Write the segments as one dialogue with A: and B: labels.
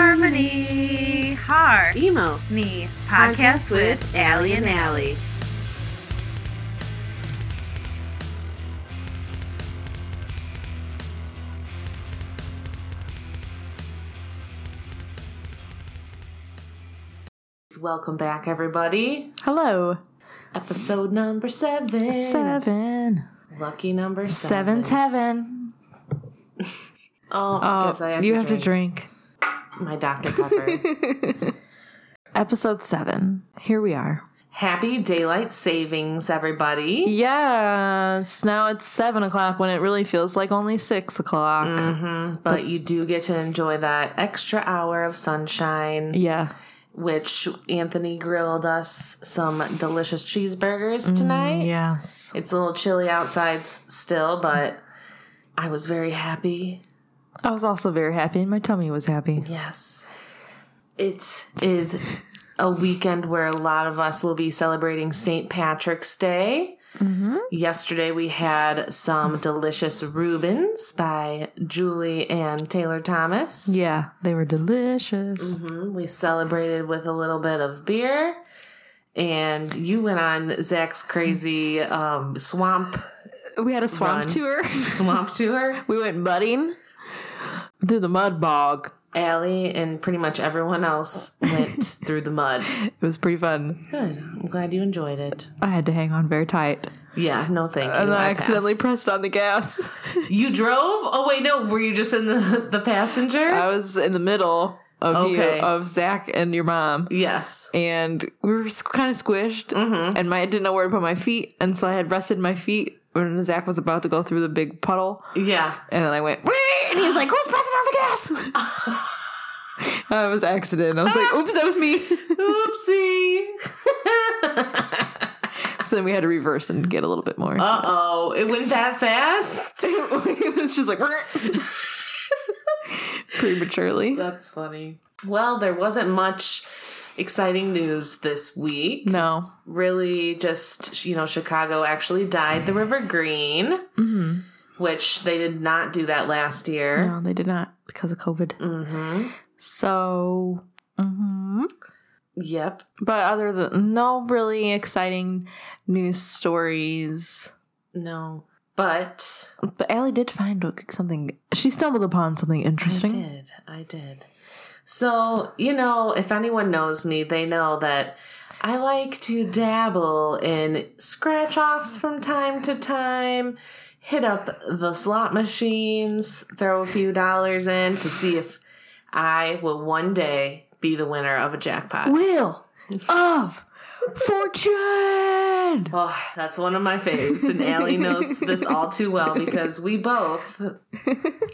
A: Harmony. Har.
B: Emo.
A: Me. Podcast with Allie and Allie.
B: Welcome back, everybody.
C: Hello.
B: Episode number seven.
C: Seven.
B: Lucky number seven.
C: Seven's heaven.
B: Oh, I
C: Oh,
B: guess I have
C: you
B: to
C: have
B: drink
C: to drink.
B: my Dr. Pepper.
C: Episode seven. Here we are.
B: Happy daylight savings, everybody.
C: Yes. Now it's seven o'clock when it really feels like only six o'clock.
B: Mm. Mm-hmm. But you do get to enjoy that extra hour of sunshine.
C: Yeah.
B: which Anthony grilled us some delicious
C: Mm,
B: cheeseburgers tonight.
C: Yes.
B: It's a little chilly outside s- still, but I was very happy.
C: I was also very happy, and my tummy was happy.
B: Yes. It is a weekend where a lot of us will be celebrating St. Patrick's Day. Yesterday, we had some delicious Rubens by Julie and Taylor Thomas.
C: Yeah, they were delicious.
B: Mhm. We celebrated with a little bit of beer, and you went on Zach's crazy um, swamp
C: Mm. We had a swamp
B: Run.
C: tour.
B: swamp tour.
C: we went budding through the mud bog.
B: Allie and pretty much everyone else went through the mud.
C: It was pretty fun.
B: Good. I'm glad you enjoyed it.
C: I had to hang on very tight,
B: Yeah. No, thank you.
C: and then I,
B: I
C: accidentally
B: passed.
C: pressed on the gas.
B: you drove. Oh wait, no. Were you just in the the passenger?
C: I was in the middle of
B: Okay.
C: you, of Zach and your mom,
B: yes.
C: and we were kind of squished, and my I didn't know where to put my feet, and so I had rested my feet when Zach was about to go through the big puddle,
B: Yeah.
C: and then I went, and he was like, "Who's pressing on the gas?" I was accident. I was like, "Oops, that was me."
B: Oopsie.
C: so then we had to reverse and get a little bit more.
B: uh oh. It went that fast.
C: it was just like prematurely.
B: That's funny. Well, there wasn't much exciting news this week.
C: No.
B: Really, just, you know, Chicago actually dyed the River Green,
C: Mm-hmm.
B: which they did not do that last year.
C: No, they did not because of COVID.
B: hmm
C: So, mhm.
B: Yep.
C: but other than no really exciting news stories.
B: No. But
C: But Allie did find something. She stumbled upon something
B: I
C: interesting.
B: did. I did. So, you know, if anyone knows me, they know that I like to dabble in scratch offs from time to time, hit up the slot machines, throw a few dollars in to see if I will one day be the winner of a jackpot.
C: Wheel of Fortune.
B: Oh, that's one of my faves, and Allie knows this all too well because we both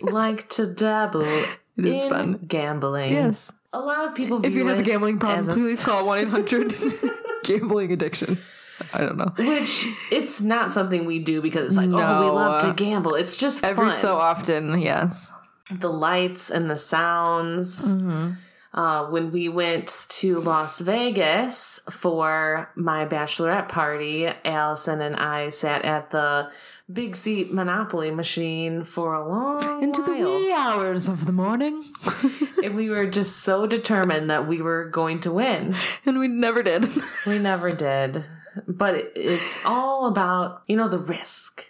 B: like to dabble
C: It is
B: in
C: fun.
B: gambling.
C: Yes.
B: A lot of people view
C: If you have a
B: it
C: gambling
B: as
C: problem,
B: a-
C: please call 1 800 gambling addiction. I don't know.
B: Which it's not something we do because it's like, oh, we
C: No.
B: love to gamble. It's just
C: Every
B: fun.
C: so often, yes.
B: the lights and the
C: Mm.
B: sounds. Uh, when we went to Las Vegas for my bachelorette party, Allison and I sat at the big seat Monopoly machine for a long
C: Into the
B: while.
C: wee hours of the morning.
B: and we were just so determined that we were going to win.
C: and we never did.
B: We never did. But it- it's all about, you know, the risk.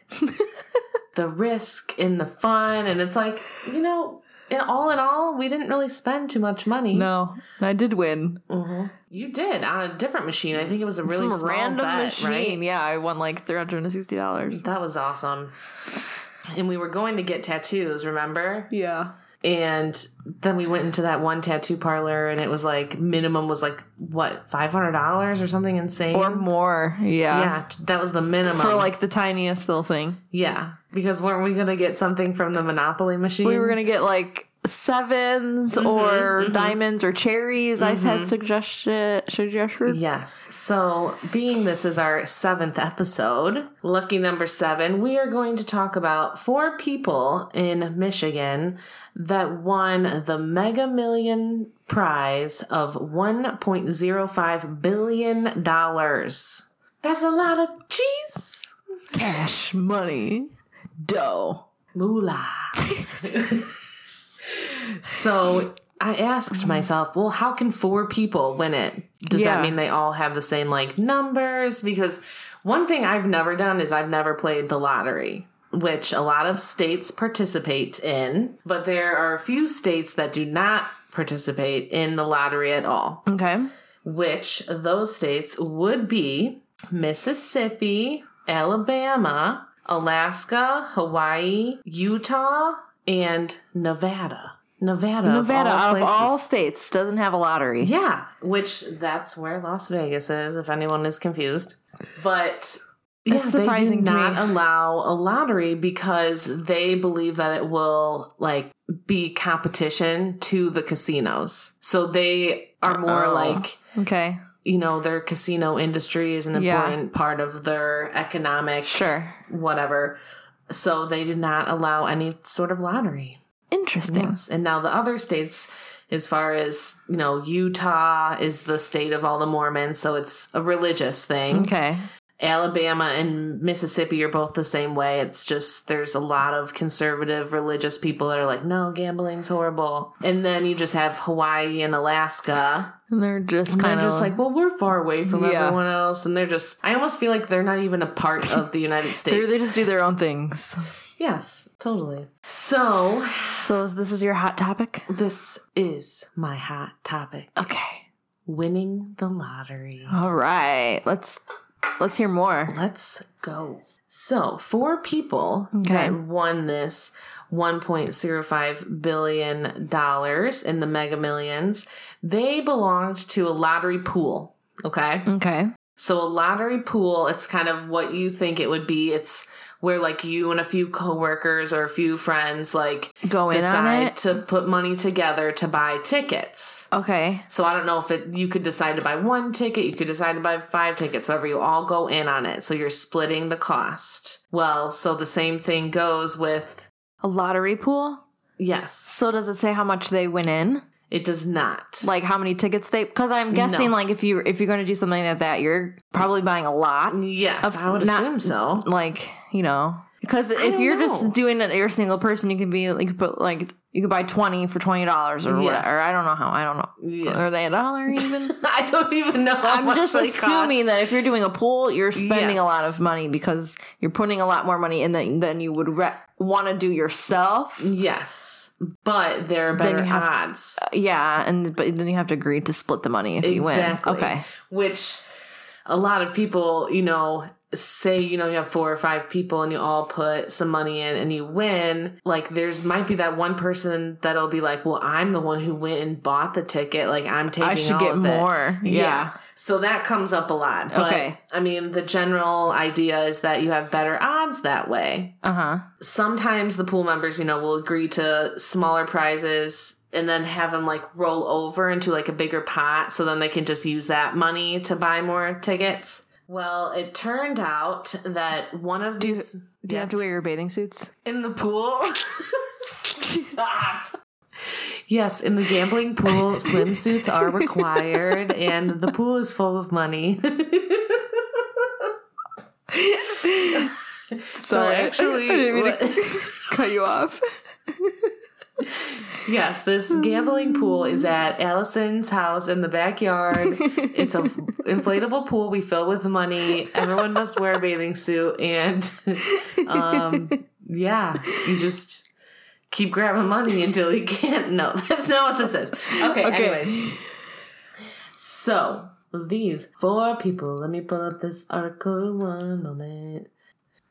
B: the risk and the fun. And it's like, you know, in all in all, we didn't really spend too much money.
C: No, I did win.
B: Mhm. You did on a different machine. I think it was a really
C: Some
B: small
C: random
B: bet,
C: machine.
B: right?
C: Yeah, I won like three hundred and sixty dollars.
B: That was awesome. And we were going to get tattoos, remember?
C: Yeah,
B: And then we went into that one tattoo parlor and it was like minimum was like what, five hundred dollars or something insane?
C: or more. Yeah,
B: Yeah, that was the minimum.
C: for like the tiniest little thing.
B: Yeah, because weren't we gonna get something from the Monopoly machine?
C: We were gonna get like 7s or diamonds or cherries. I had suggested suggested.
B: Yes. So, being this is our seventh episode, lucky number seven, we are going to talk about four people in Michigan that won the Mega Million prize of $1.05 billion. That's a lot of cheese.
C: Cash money, dough.
B: Moolah. so I asked myself, well, how can four people win it? Does
C: Yeah.
B: that mean they all have the same like numbers? Because one thing I've never done is I've never played the lottery, which a lot of states participate in, but there are a few states that do not participate in the lottery at all,
C: Okay.
B: which those states would be Mississippi, Alabama, Alaska, Hawaii, Utah, and Nevada. Nevada,
C: Nevada,
B: of all,
C: of
B: places.
C: all states, doesn't have a lottery.
B: Yeah, which that's where Las Vegas is, if anyone is confused. But yeah,
C: surprising to
B: they do not
C: me.
B: allow a lottery because they believe that it will like be competition to the casinos. So they are more
C: Uh-oh.
B: like
C: Okay.
B: you know their casino industry is an
C: Yeah.
B: important part of their economic
C: Sure.
B: whatever. So they do not allow any sort of lottery.
C: Interesting.
B: Yes. And now the other states, as far as, you know, Utah is the state of all the Mormons, so it's a religious
C: Mm-hmm.
B: thing.
C: Okay.
B: Alabama and Mississippi are both the same way. It's just there's a lot of conservative religious people that are like, no, gambling's horrible. And then you just have Hawaii and Alaska.
C: And they're just
B: And
C: kind
B: they're
C: of
B: just like, well, we're far away from
C: Yeah.
B: everyone else. And they're just, I almost feel like they're not even a part of the United States.
C: they just do their own things.
B: yes, totally. So
C: So is- this is your hot topic.
B: This is my hot topic
C: Okay.
B: winning the lottery.
C: All right. Let's let's hear more.
B: Let's go. So, four people
C: Okay.
B: that won this $1.05 billion in the mega millions, they belonged to a lottery pool. Okay.
C: Okay.
B: So, a lottery pool, it's kind of what you think it would be. It's where like you and a few coworkers or a few friends like
C: Go in on
B: decide
C: it.
B: to put money together to buy tickets.
C: Okay.
B: So I don't know if it you could decide to buy one ticket, you could decide to buy five tickets, whatever you all go in on it. So you're splitting the cost. Well, so the same thing goes with
C: A lottery pool.
B: yes.
C: So does it say how much they win in?
B: It does not.
C: Like how many tickets they? Because I'm guessing
B: No.
C: like if you if you're going to do something like that, you're probably buying a lot.
B: yes,
C: Of-
B: I would
C: not-
B: assume so.
C: Like you know. Because if
B: don't
C: you're
B: know.
C: just doing it, you're a single person. You can be like, you could put like you could buy twenty for twenty dollars or
B: Yes.
C: whatever. I don't know how. I don't know.
B: Yeah.
C: Are they a dollar even?
B: I don't even know. How
C: I'm
B: much
C: just
B: they
C: assuming
B: cost.
C: that if you're doing a pool, you're spending
B: Yes.
C: a lot of money because you're putting a lot more money in than, than you would re- want to do yourself.
B: Mm. Yes. But there are
C: Then
B: better
C: you have to-
B: odds.
C: Yeah, and but then you have to agree to split the money if you
B: Exactly.
C: win. Okay,
B: which a lot of people, you know, say, you know, you have four or five people and you all put some money in and you win. Like, there's might be that one person that'll be like, well, I'm the one who went and bought the ticket. Like, I'm taking
C: I should
B: all
C: get
B: of it."
C: more. Yeah.
B: Yeah. So that comes up a lot. But,
C: Okay.
B: I mean, the general idea is that you have better odds that way
C: Uh huh.
B: sometimes the pool members, you know, will agree to smaller prizes and then have them like roll over into like a bigger pot so then they can just use that money to buy more tickets. Well, it turned out that one of
C: Do you-
B: these
C: Do you have to
B: Yes.
C: wear your bathing suits?
B: in the pool. Stop. Yes, in the gambling pool, swimsuits are required and the pool is full of money. so
C: Sorry, I-
B: actually
C: I didn't mean to-
B: what-
C: Cut you off.
B: Yes, this gambling pool is at Allison's house in the backyard. It's an inflatable pool we fill with money. Everyone must wear a bathing suit. And um, yeah, you just keep grabbing money until you can't. No, that's not what this is. Okay,
C: Okay.
B: anyways. So, these four people, let me pull up this article one moment.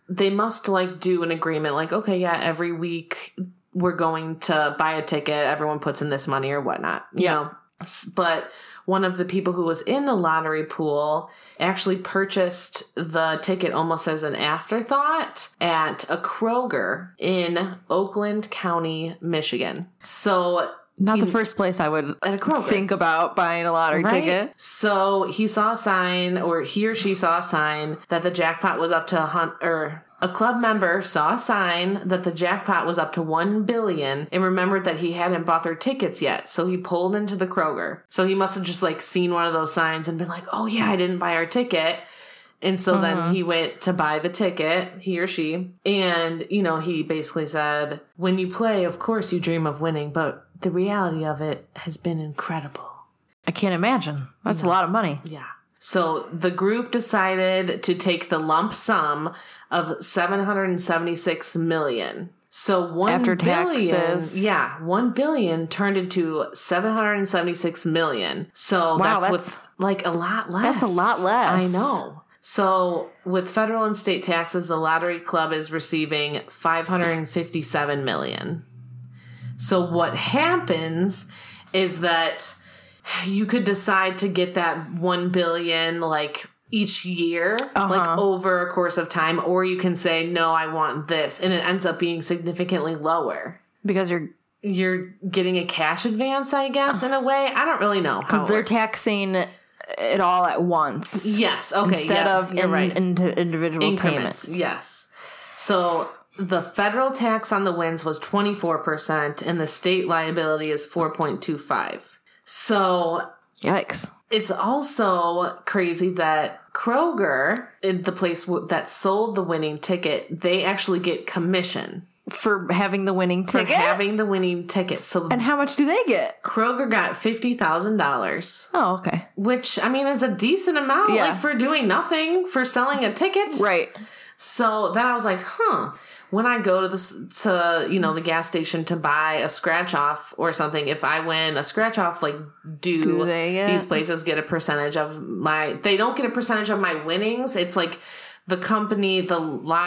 B: They must like do an agreement, like, okay, yeah, every week we're going to buy a ticket. Everyone puts in this money or whatnot. You
C: Yeah.
B: know? S- But one of the people who was in the lottery pool actually purchased the ticket almost as an afterthought at a Kroger in Oakland County, Michigan. So
C: Not the
B: In-
C: first place I would
B: at a Kroger.
C: think about buying a lottery
B: Right?
C: ticket.
B: So he saw a sign, or he or she saw a sign that the jackpot was up to a hunt, or a club member saw a sign that the jackpot was up to one billion, and remembered that he hadn't bought their tickets yet. So he pulled into the Kroger. So he must have just like seen one of those signs and been like, "Oh yeah, I didn't buy our ticket." And so
C: Uh-huh.
B: then he went to buy the ticket, he or she. And, you know, he basically said, When you play, of course you dream of winning, but the reality of it has been incredible.
C: I can't imagine. That's a lot of money.
B: Yeah. So the group decided to take the lump sum of 776 million. So one
C: After
B: billion-
C: taxes.
B: yeah, one billion turned into 776 million. So
C: Wow,
B: that's, with like a lot less.
C: that's a lot less.
B: I know. So with federal and state taxes, the lottery club is receiving 557 million. So what happens is that you could decide to get that 1 billion like each year like
C: Uh-huh.
B: over a course of time or you can say no I want this and it ends up being significantly lower.
C: Because you're
B: You're getting a cash advance I guess in a way. I don't really know how
C: because
B: it
C: they're
B: works.
C: taxing it all at once
B: Yes, okay.
C: instead
B: yeah,
C: of
B: you're
C: in, into individual
B: increments.
C: payments.
B: Yes. So the federal tax on the wins was 24% and the state liability is 4.25. So
C: Yikes.
B: it's also crazy that Kroger, in the place w- that sold the winning ticket, they actually get commission
C: For having the winning
B: for
C: ticket.
B: having the winning ticket. So
C: and how much do they get?
B: Kroger got $50,000,
C: Oh, okay.
B: which I mean is a decent amount
C: Yeah.
B: like for doing nothing, for selling a ticket.
C: Right.
B: So then I was like, huh. When I go to the s- to you know the gas station to buy a scratch off or something, if I win a scratch off, like do,
C: Do they get-
B: these places get a percentage of my? They don't get a percentage of my winnings. It's like the company, the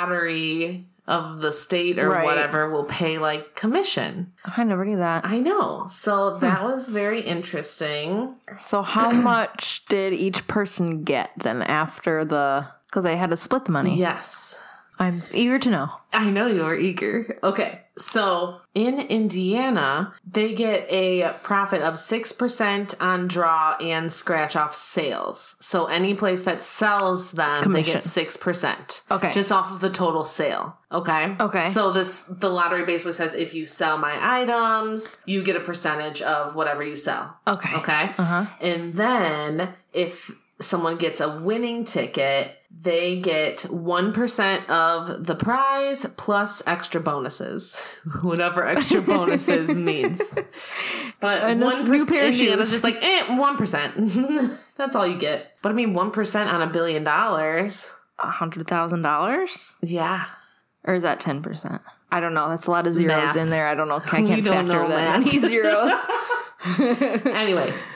B: lottery of the state or
C: Right.
B: whatever will pay like commission.
C: I never knew that.
B: I know. So
C: Hmm.
B: that was very interesting.
C: So how much did each person get then after the because I had to split the money.
B: Yes.
C: I'm eager to know.
B: I know you are eager. Okay. So in Indiana, they get a profit of 6% on draw and scratch off sales. So any place that sells them,
C: Commission.
B: they get 6%.
C: Okay.
B: Just off of the total sale. Okay.
C: Okay.
B: So this the lottery basically says if you sell my items, you get a percentage of whatever you sell.
C: Okay.
B: Okay.
C: Uh-huh.
B: And then if someone gets a winning ticket, they get 1% of the prize plus extra bonuses, whatever extra bonuses means. But
C: And a
B: 1%
C: new pair of
B: Indiana's
C: shoes.
B: just like, eh, 1%. That's all you get. But I mean, 1% on a billion dollars.
C: A hundred thousand dollars?
B: Yeah.
C: Or is that ten percent? I don't know. That's a lot of zeros
B: Math.
C: in there. I don't know. I
B: We
C: can't
B: don't
C: factor
B: know
C: that
B: math.
C: many zeros.
B: Anyways,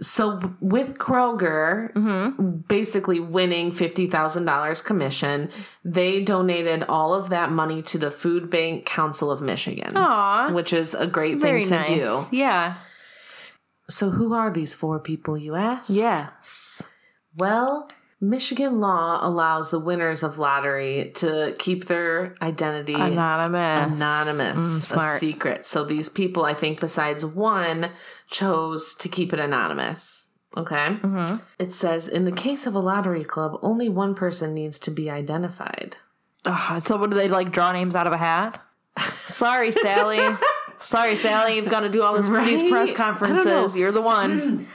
B: so w- with Kroger
C: Mm-hmm.
B: basically winning $50,000 commission, they donated all of that money to the Food Bank Council of Michigan,
C: Aw.
B: which is a great
C: Very
B: thing to
C: nice.
B: do.
C: Yeah.
B: So, who are these four people, you ask?
C: Yes.
B: Well, Michigan law allows the winners of lottery to keep their identity
C: Anonymous.
B: anonymous,
C: Mm,
B: a
C: smart.
B: secret. So these people, I think, besides one, chose to keep it anonymous. Okay.
C: Mhm.
B: It says in the case of a lottery club, only one person needs to be identified.
C: Ugh, so what do they like draw names out of a hat? Sorry, Sally. Sorry, Sally. You've got to do all this for these
B: Right?
C: press
B: I don't
C: conferences.
B: know.
C: You're the one.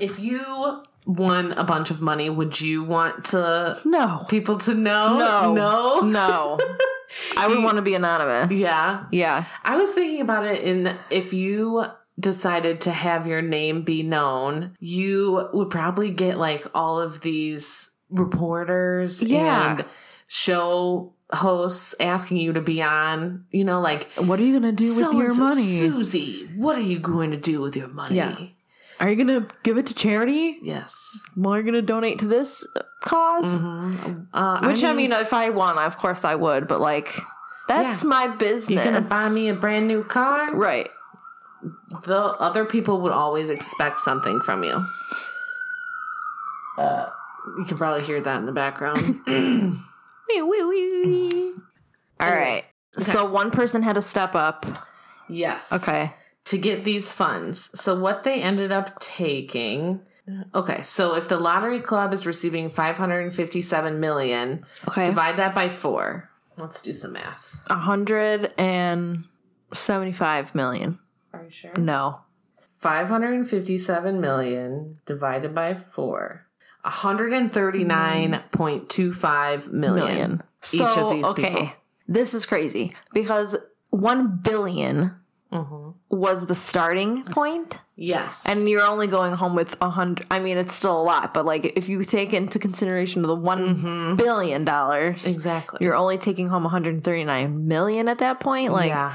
B: If you won a bunch of money, would you want to
C: No.
B: people to know?
C: No.
B: No.
C: No. I would want to be anonymous.
B: Yeah.
C: Yeah.
B: I was thinking about it in if you decided to have your name be known, you would probably get like all of these reporters
C: Yeah.
B: and show hosts asking you to be on, you know, like
C: What are you gonna do with your
B: "So-and-so,
C: money?
B: Susie, what are you going to do with your money?
C: Yeah. Are you gonna give it to charity?
B: Yes.
C: Well, you're gonna donate to this because
B: Mhm. Uh,
C: Which I mean, if I won, of course I would. But like, that's
B: Yeah.
C: my
B: you're
C: business,
B: gonna buy me a brand new car.
C: right?
B: The other people would always expect something from you. You can probably hear that in the background.
C: Wee, wee, wee. All right. So one person had to step up.
B: Yes.
C: Okay.
B: To get these funds. So what they ended up taking Okay, so if the lottery club is receiving 557 million,
C: Okay.
B: divide that by 4. Let's do some math.
C: A hundred and seventy-five million.
B: Are you sure?
C: No.
B: 557 million divided by 4. 139.25 million.
C: Million.
B: Each
C: So,
B: of these
C: okay.
B: people.
C: This is crazy because one billion was the starting point,
B: Mm-hmm. Yes.
C: and you're only going home with a hundred. I mean, it's still a lot, but like if you take into consideration the one
B: Mm-hmm.
C: billion dollars,
B: exactly.
C: you're only taking home 139 million at that point. Like
B: yeah.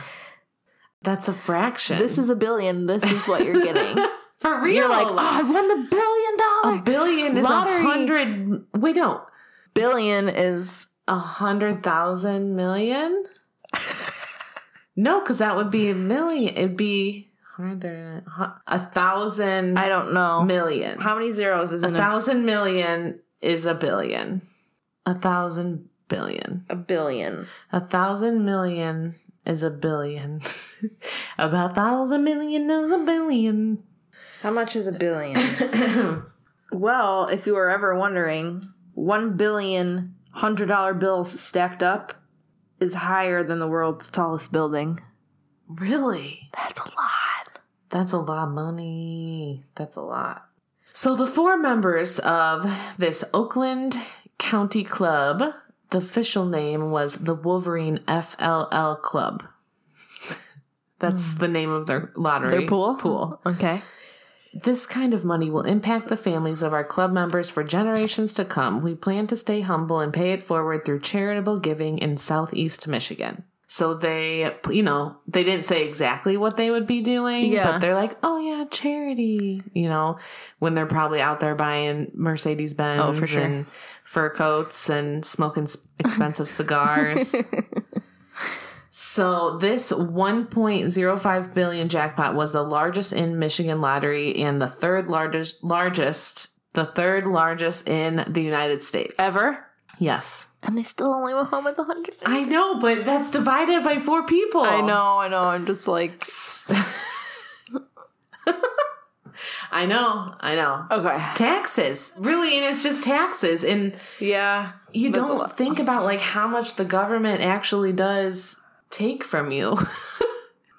B: That's a fraction.
C: this is a billion. This is what you're getting.
B: for real.
C: you're like, oh, I won the billion dollar
B: a billion is
C: lottery.
B: a hundred. Wait, no,
C: billion is
B: a hundred thousand million. no, because that would be a million. It'd be a hundred thirty- a thousand
C: I don't know
B: million.
C: how many zeros is
B: A
C: in a,
B: thousand million is a billion. A thousand billion.
C: a billion.
B: A thousand million is a billion. About a thousand million is a billion.
C: How much is a billion? well, if you were ever wondering, one billion hundred dollar bills stacked up is higher than the world's tallest building.
B: really?
C: That's a lot.
B: That's a lot of money. That's a lot. So the four members of this Oakland County Club, the official name was the Wolverine FLL Club. That's the name of their lottery.
C: Hmm. Their pool?
B: Pool.
C: Okay.
B: This kind of money will impact the families of our club members for generations to come. We plan to stay humble and pay it forward through charitable giving in Southeast Michigan. So they, you know, they didn't say exactly what they would be doing,
C: Yeah.
B: but they're like, oh yeah, charity, you know, when they're probably out there buying Mercedes Benz
C: Oh, for sure.
B: and fur coats and smoking s- expensive cigars. So this 1.05 billion jackpot was the largest in Michigan lottery and the third largest largest the third largest in the United States
C: Ever?
B: Yes.
C: And they still only went home with a hundred.
B: I know, but that's divided by 4 people.
C: I know, I know. I'm just like
B: I know. I know.
C: okay.
B: Taxes. Really, and it's just taxes and
C: Yeah,
B: you
C: That's a
B: don't
C: lot.
B: think about like how much the government actually does take from you.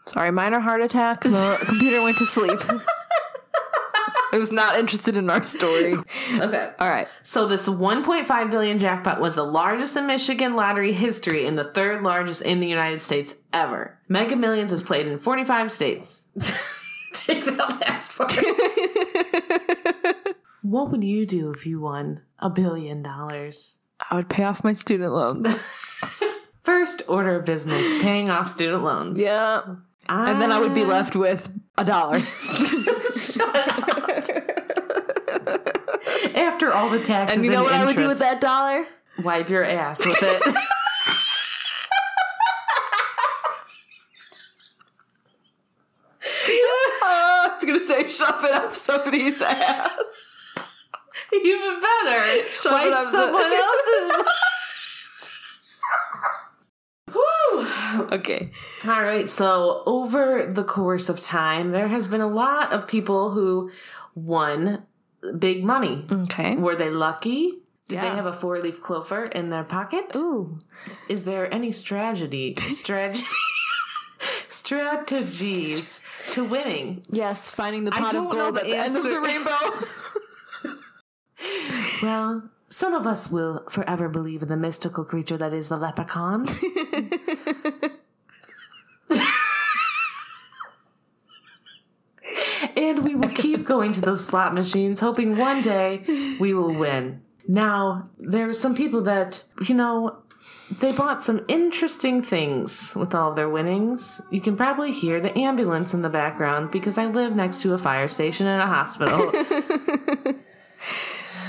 C: Sorry, minor heart attack. The computer went to sleep. it was not interested in our story.
B: okay.
C: All right.
B: So this 1.5 billion jackpot was the largest in Michigan lottery history and the third largest in the United States ever. Mega Millions is played in 45 states. Take that last part. what would you do if you won a billion dollars?
C: I would pay off my student loans.
B: First order of business, paying off student loans.
C: yeah. And then I would be left with a dollar.
B: after all the taxes.
C: and you know what I would do with
B: interest.
C: that dollar?
B: Wipe your ass with it.
C: I was gonna say shove it up somebody's ass.
B: Even better.
C: Shove it
B: Wipe
C: up the-
B: someone else's. Woo!
C: Okay.
B: All right, so over the course of time, there has been a lot of people who won big money.
C: Okay.
B: Were they lucky? Did
C: Mm-hmm. Yeah.
B: they have a four leaf clover in their pocket?
C: Ooh.
B: Is there any strategy? Strategy. strategies to winning?
C: Yes, finding the
B: I
C: pot of
B: don't know
C: gold
B: the
C: at the end of
B: answer.
C: the rainbow.
B: Well, some of us will forever believe in the mystical creature that is the leprechaun. and we will keep going to those slot machines, hoping one day we will win. Now, there are some people that, you know, they bought some interesting things with all of their winnings. You can probably hear the ambulance in the background because I live next to a fire station and a hospital.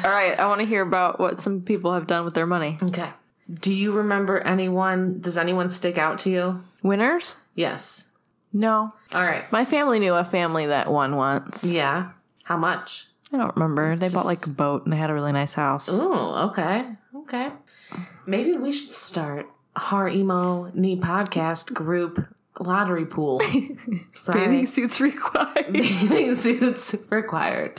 C: All right, I want to hear about what some people have done with their money.
B: okay. Do you remember anyone? Does anyone stick out to you?
C: Winners?
B: Yes.
C: No.
B: All right.
C: My family knew a family that won once.
B: Yeah. How much?
C: I don't remember. They bought like a boat and they had a really nice house.
B: Oh, okay. Okay. Maybe we should start Har Emo Knee Podcast Group Lottery Pool. Sorry.
C: Bathing suits required.
B: Bathing suits required.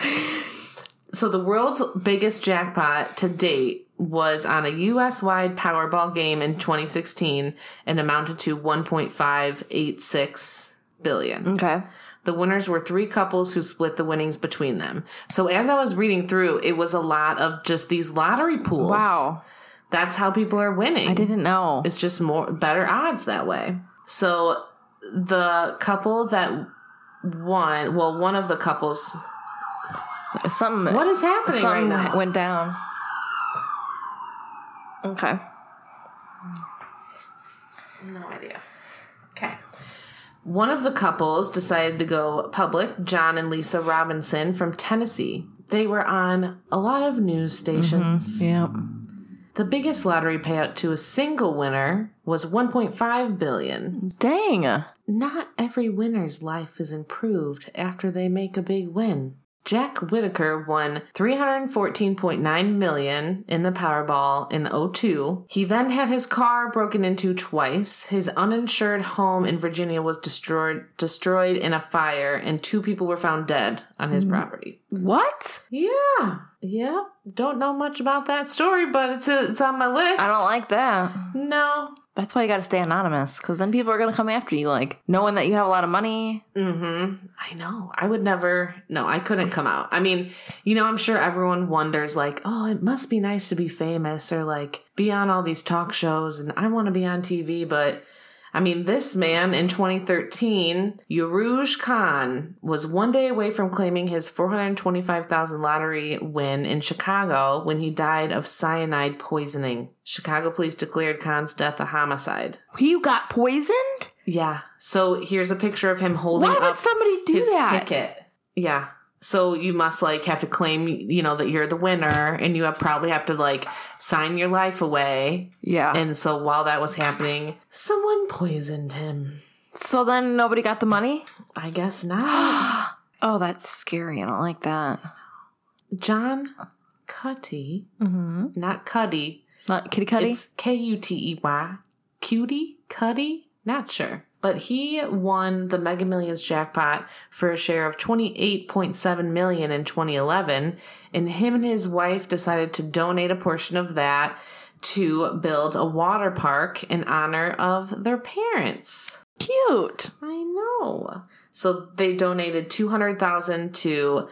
B: So the world's biggest jackpot to date was on a US wide Powerball game in 2016 and amounted to 1.586 billion.
C: okay.
B: The winners were three couples who split the winnings between them. So as I was reading through, it was a lot of just these lottery pools.
C: Wow.
B: That's how people are winning.
C: I didn't know.
B: It's just more better odds that way. So the couple that won, well, one of the couples.
C: Something.
B: What is happening right
C: Something
B: now?
C: went down. Okay.
B: No idea. Okay. One of the couples decided to go public, John and Lisa Robinson from Tennessee. They were on a lot of news
C: Mm-hmm.
B: stations.
C: Yep.
B: The biggest lottery payout to a single winner was 1.5 billion.
C: Dang.
B: Not every winner's life is improved after they make a big win. Jack Whitaker won 314.9 million in the Powerball in the 02. He then had his car broken into twice. His uninsured home in Virginia was destroyed destroyed in a fire and two people were found dead on his property.
C: What?
B: Yeah. Yeah. Don't know much about that story, but it's it's on my list.
C: I don't like that.
B: No.
C: That's why you got to stay anonymous, because then people are gonna come after you, like knowing that you have a lot of money.
B: Mm-hmm. I know. I would never no, I couldn't come out. I mean, you know, I'm sure everyone wonders like, oh, it must be nice to be famous or like be on all these talk shows and I want to be on TV, but I mean, this man in 2013, Yuruj Khan, was one day away from claiming his 425,000 lottery win in Chicago when he died of cyanide poisoning. Chicago police declared Khan's death a homicide.
C: You got poisoned?
B: Yeah. So here's a picture of him holding
C: why
B: up
C: would somebody do
B: his
C: that?
B: ticket. Yeah. So you must like have to claim, you know, that you're the winner, and you have, probably have to like sign your life away.
C: Yeah.
B: And so while that was happening, someone poisoned him.
C: so then nobody got the money.
B: I guess not.
C: oh, that's scary. I don't like that.
B: John Cutty,
C: Mm-hmm.
B: not Cuddy.
C: Not kitty cutty.
B: It's K U T E Y. Cutie? Cuddy? Not sure. But he won the Mega Millions jackpot for a share of 28.7 million in 2011, and him and his wife decided to donate a portion of that to build a water park in honor of their parents.
C: cute.
B: I know. So they donated 200,000 to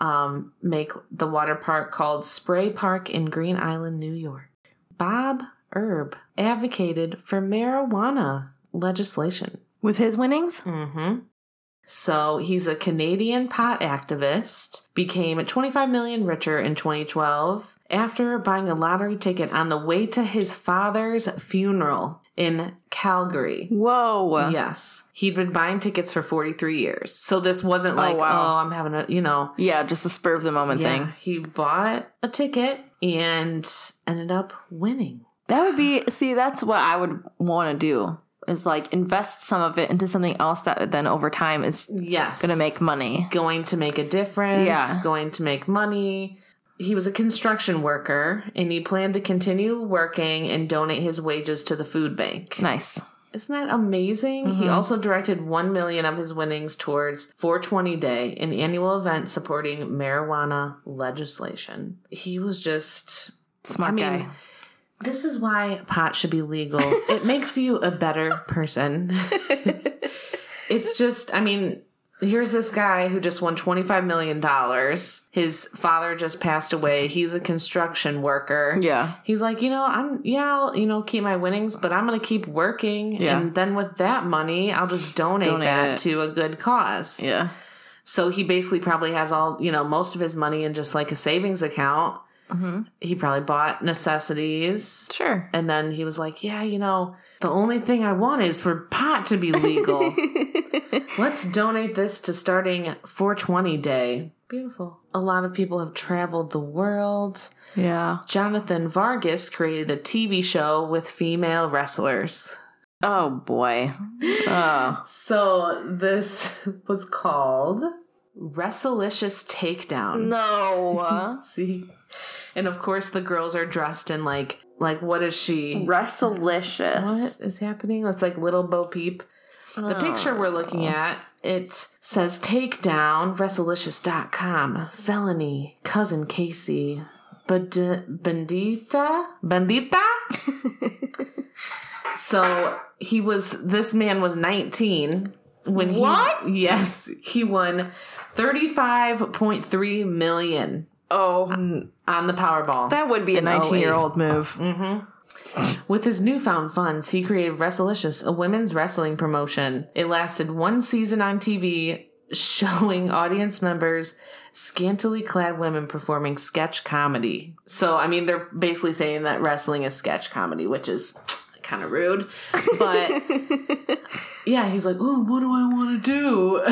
B: um, make the water park called Spray Park in Green Island, New York. Bob Erb advocated for marijuana legislation.
C: With his winnings?
B: Mm-hmm. So he's a Canadian pot activist, became 25 million richer in 2012 after buying a lottery ticket on the way to his father's funeral in Calgary.
C: Whoa.
B: Yes. He'd been buying tickets for 43 years. So this wasn't like, oh,
C: wow.
B: I'm having a, you know,
C: Yeah, just the spur of the moment
B: yeah,
C: thing.
B: He bought a ticket and ended up winning.
C: That would be see, that's what I would want to do. Is like invest some of it into something else that then over time is
B: Yes.
C: gonna make money.
B: going to make a difference,
C: Yeah.
B: going to make money. He was a construction worker and he planned to continue working and donate his wages to the food bank.
C: Nice.
B: Isn't that amazing? He
C: Mhm.
B: also directed 1 million of his winnings towards 420 Day, an annual event supporting marijuana legislation. He was just
C: Smart
B: I mean,
C: guy.
B: this is why pot should be legal. it makes you a better person. it's just, I mean, here's this guy who just won $25 million. His father just passed away. He's a construction worker.
C: Yeah.
B: He's like, you know, I'm, yeah, I'll, you know, keep my winnings, but I'm going to keep working.
C: Yeah.
B: And then with that money, I'll just donate,
C: Donate
B: that
C: it.
B: to a good cause.
C: Yeah.
B: So he basically probably has all, you know, most of his money in just like a savings account.
C: Mm-hmm.
B: He probably bought necessities.
C: Sure.
B: And then he was like, Yeah, you know, the only thing I want is for pot to be legal. Let's donate this to starting 420 Day. Beautiful. A lot of people have traveled the world.
C: yeah.
B: Jonathan Vargas created a TV show with female wrestlers.
C: Oh boy. Oh.
B: So this was called Wrestlelicious Takedown.
C: No.
B: See? And of course the girls are dressed in like like what is she? What
C: Wrestlelicious.
B: is happening? It's like little Bo Peep. The picture we're looking at, it says takedown, wrestlelicious.com, felony, cousin Casey, Bad- bandita, bandita. so he was, this man was 19 when he,
C: What?
B: yes, he won 35.3 million
C: Oh,
B: on the Powerball.
C: that would be a
B: In 08.
C: 19 year old move.
B: mm-hmm. With his newfound funds, he created Wrestlelicious, a women's wrestling promotion. It lasted one season on TV, showing audience members scantily clad women performing sketch comedy. So, I mean, they're basically saying that wrestling is sketch comedy, which is kind of rude. But yeah, he's like, oh, what do I want to do?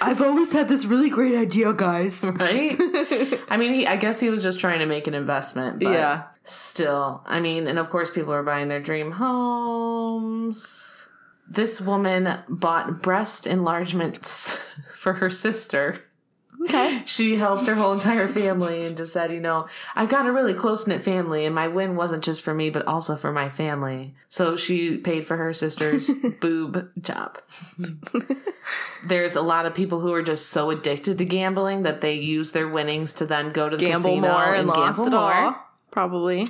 C: I've always had this really great idea, guys.
B: right? I mean, he, I guess he was just trying to make an investment. But
C: yeah.
B: Still, I mean, and of course, people are buying their dream homes. This woman bought breast enlargements for her sister.
C: Okay.
B: She helped her whole entire family and just said, you know, I've got a really close knit family, and my win wasn't just for me, but also for my family. So she paid for her sister's boob job. There's a lot of people who are just so addicted to gambling that they use their winnings to then go to the
C: Gamble
B: casino
C: more and, lost
B: gamble
C: it
B: more.
C: all. Probably.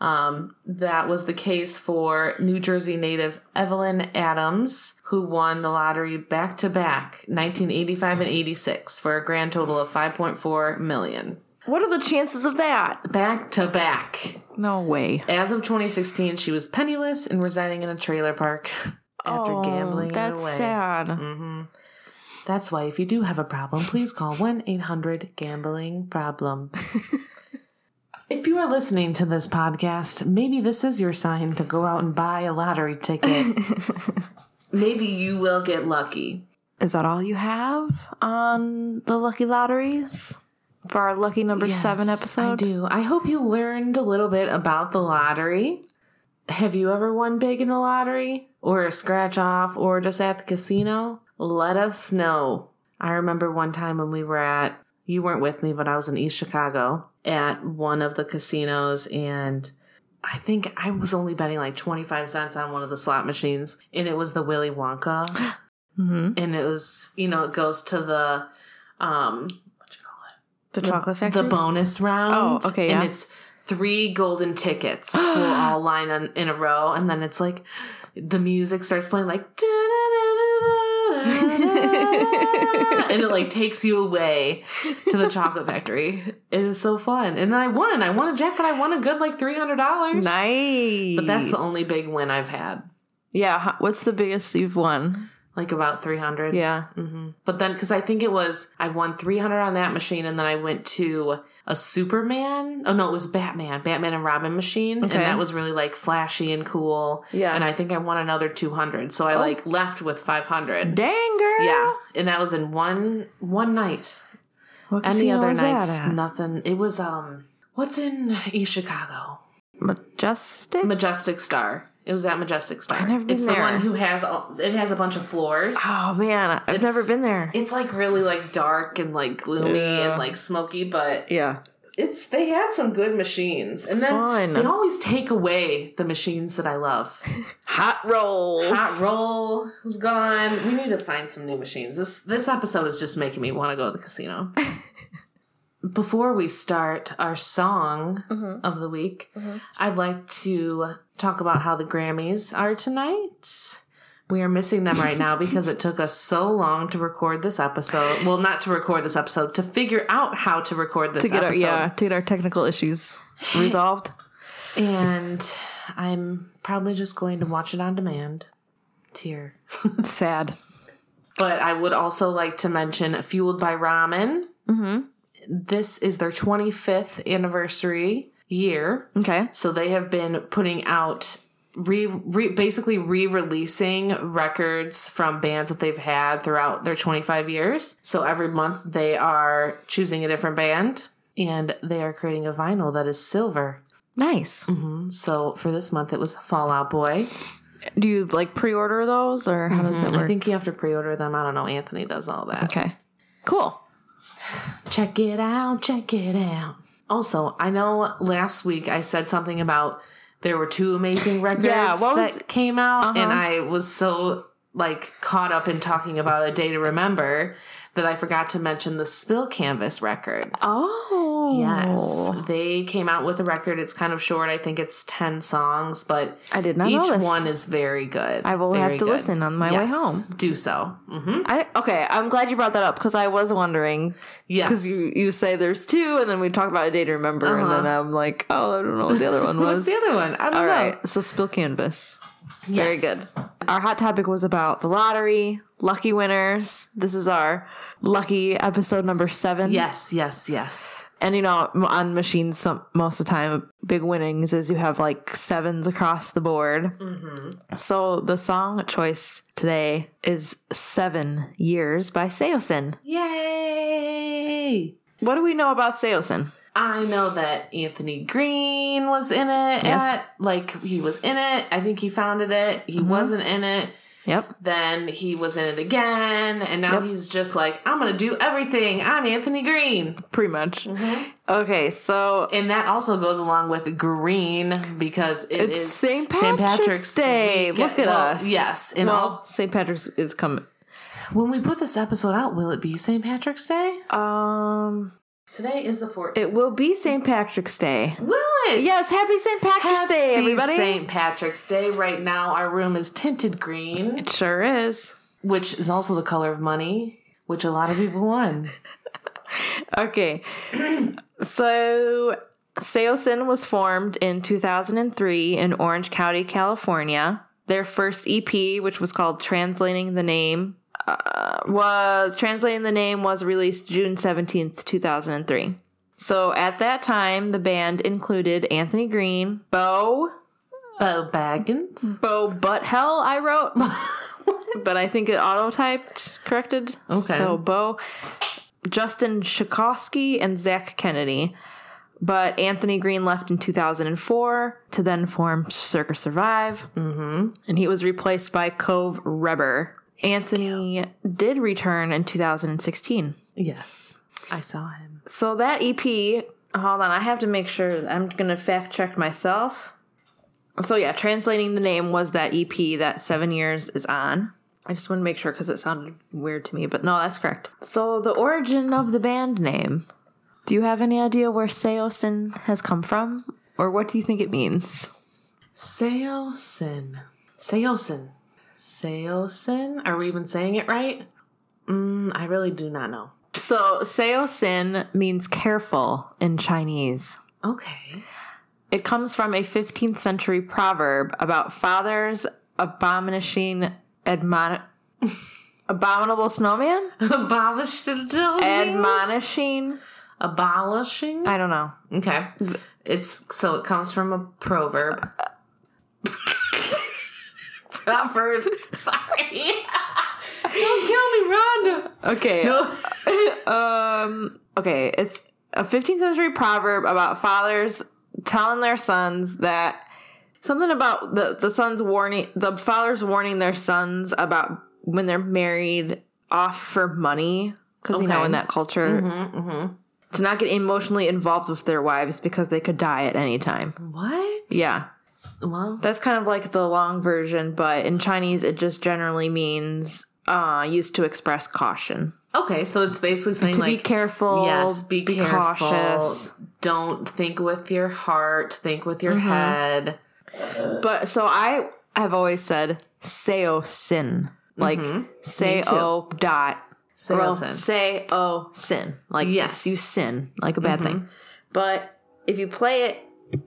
B: Um, that was the case for New Jersey native Evelyn Adams, who won the lottery back to back, 1985 and 86, for a grand total of 5.4 million.
C: What are the chances of that?
B: Back to back.
C: No way.
B: As of 2016, she was penniless and residing in a trailer park after
C: Oh,
B: gambling
C: That's
B: it away.
C: sad.
B: hmm That's why if you do have a problem, please call 1 800 Gambling Problem. if you are listening to this podcast, maybe this is your sign to go out and buy a lottery ticket. maybe you will get lucky.
C: Is that all you have on the lucky lotteries for our lucky number seven
B: Yes,
C: episode?
B: I do. I hope you learned a little bit about the lottery. Have you ever won big in the lottery or a scratch off or just at the casino? Let us know. I remember one time when we were at, you weren't with me, but I was in East Chicago at one of the casinos and I think I was only betting like 25 cents on one of the slot machines and it was the Willy Wonka
C: Mm-hmm.
B: and it was, you know, it goes to the, um, what you call it?
C: The
B: The-
C: chocolate factory.
B: The bonus round.
C: Oh, okay, yeah.
B: And it's three golden tickets will all line on, in a row, and then it's like the music starts playing like "Da-da-da-da-da-da-da," and it like takes you away to the chocolate factory. It is so fun. And then I won. I won a jackpot. I won a good like three hundred dollars.
C: Nice.
B: But that's the only big win I've had.
C: Yeah. ho- What's the biggest you've won?
B: Like about three hundred.
C: Yeah.
B: hmm But then, because I think it was, I won 300 on that machine, and then I went to a Superman. Oh, no, it was Batman, Batman and Robin machine.
C: Okay.
B: And that was really like flashy and cool.
C: Yeah.
B: And I think I won another 200. So I
C: Oh.
B: like left with 500.
C: Dang girl.
B: Yeah. And that was in one one night.
C: What
B: And the
C: casino
B: other
C: was that
B: nights,
C: at?
B: nothing. It was, um, what's in East Chicago?
C: Majestic.
B: Majestic Star. It was at Majestic Star.
C: I've never been
B: it's the
C: there.
B: one who has, all, it has a bunch of floors.
C: oh man, I've
B: It's-
C: never been there.
B: It's like really like dark and like gloomy
C: Yeah.
B: and like smoky, but
C: yeah.
B: it's they had some good machines. And then
C: Fun.
B: they always take away the machines that I love.
C: Hot rolls.
B: Hot roll was gone. We need to find some new machines. This this episode is just making me want to go to the casino. Before we start our song
C: Mhm.
B: of the week,
C: Mhm.
B: I'd like to talk about how the Grammys are tonight. We are missing them right now because it took us so long to record this episode. Well, not to record this episode, to figure out how to record this
C: To get our
B: episode.
C: yeah to get our technical issues resolved.
B: And I'm probably just going to watch it on demand. Tear.
C: Sad.
B: But I would also like to mention Fueled by Ramen.
C: Mm-hmm.
B: This is their 25th anniversary year.
C: Okay.
B: So they have been putting out re, re basically re-releasing records from bands that they've had throughout their 25 years. So every month they are choosing a different band and they are creating a vinyl that is silver.
C: Nice.
B: hmm So for this month it was Fallout Boy.
C: Do you like pre-order those or how does it
B: Mhm.
C: work?
B: I think you have to pre-order them. I don't know. Anthony does all that.
C: okay. Cool.
B: Check it out, check it out. Also, I know last week I said something about there were two amazing records
C: what was-
B: that came out, and
C: Uh-huh.
B: I was so like caught up in talking about a day to remember that I forgot to mention the spill canvas record.
C: Oh.
B: Yes. They came out with a record. It's kind of short. I think it's 10 songs, but
C: I did not
B: each
C: know this.
B: one is very good.
C: I will
B: Very
C: have to
B: good.
C: listen on my way
B: Yes,
C: home.
B: Do so. Mm-hmm.
C: I okay. I'm glad you brought that up because I was wondering
B: Yes.
C: because you you say there's two, and then we talk about a day to remember, and then I'm like, oh, I don't know what the other one
B: What's
C: was.
B: the other one? I don't
C: All
B: know.
C: right, so spill canvas. Very
B: Yes.
C: good. Our hot topic was about the lottery, lucky winners. This is our lucky episode number seven.
B: Yes, yes, yes.
C: and you know m- on machines, some most of the time, big winnings is you have like sevens across the board. So the song choice today is Seven Years by Seosin.
B: Yay!
C: What do we know about Seosin?
B: I know that Anthony Green was in
C: Yes.
B: it.
C: Mm-hmm.
B: At, like he was in it. I think he founded it. He wasn't in it.
C: Yep.
B: Then he was in it again, and now
C: Yep.
B: he's just like, I'm gonna do everything. I'm Anthony Green,
C: Pretty much. Okay, so
B: and that also goes along with Green because it
C: it's
B: is
C: St. Patrick's,
B: St.
C: Day.
B: weekend.
C: Look at
B: Well,
C: us.
B: Yes, and
C: Well,
B: also,
C: St. Patrick's is coming.
B: when we put this episode out, will it be St. Patrick's Day?
C: Um,
B: Today is the fourth.
C: it will be St. Patrick's Day.
B: Will it?
C: Yes, happy St. Patrick's Day, everybody.
B: St. Patrick's Day. Right now, our room is tinted green,
C: It sure is.
B: which is also the color of money, which a lot of people won.
C: Okay. so Seosin was formed in 2003 in Orange County, California. Their first EP, which was called Translating the Name, uh, was Translating the Name was released June 17th, 2003. So at that time, the band included Anthony Green, Bo,
B: Bo Baggins.
C: Bo Butthell, I wrote, but I think it auto typed, corrected.
B: Okay.
C: So Bo, Justin Shikowski, and Zach Kennedy. But Anthony Green left in 2004 to then form Circus Survive,
B: Mm-hmm.
C: and he was replaced by Cove Reber. Anthony did return in 2016.
B: Yes, I saw him.
C: So that EP, hold on, I have to make sure I'm gonna fact check myself. So yeah, translating the name was that EP that Seven Years is on. I just want to make sure because it sounded weird to me, but no, that's correct. So the origin of the band name. Do you have any idea where Seosin has come from, or what do you think it means?
B: Seosin. Seosin. Seosin. Are we even saying it right? Mm, I really do not know.
C: So Seosin means careful in Chinese.
B: Okay.
C: It comes from a 15th century proverb about fathers abominishing admon- abominable snowman
B: Abolish the children.
C: admonishing.
B: Abolishing.
C: I don't know.
B: Okay. It's so it comes from a proverb. proverb. Sorry. Don't kill me, Rhonda.
C: Okay. um. Okay. It's a 15th century proverb about fathers telling their sons that something about the the sons warning the fathers warning their sons about when they're married off for money because you know
B: Okay. Mm-hmm.
C: in that culture to not get emotionally involved with their wives because they could die at any time.
B: What?
C: Yeah.
B: Well,
C: That's kind of like the long version, but in Chinese it just generally means uh used to express caution.
B: okay. So it's basically saying
C: To
B: like,
C: be careful,
B: yes, be, careful. Don't think with your heart. Think with your head.
C: But so I have always said seo sin. Like say o dot
B: Say
C: Well,
B: listen.
C: Mm-hmm. Say oh sin. Like
B: Yes.
C: yes, Mm-hmm. you sin like a bad thing. But if you play it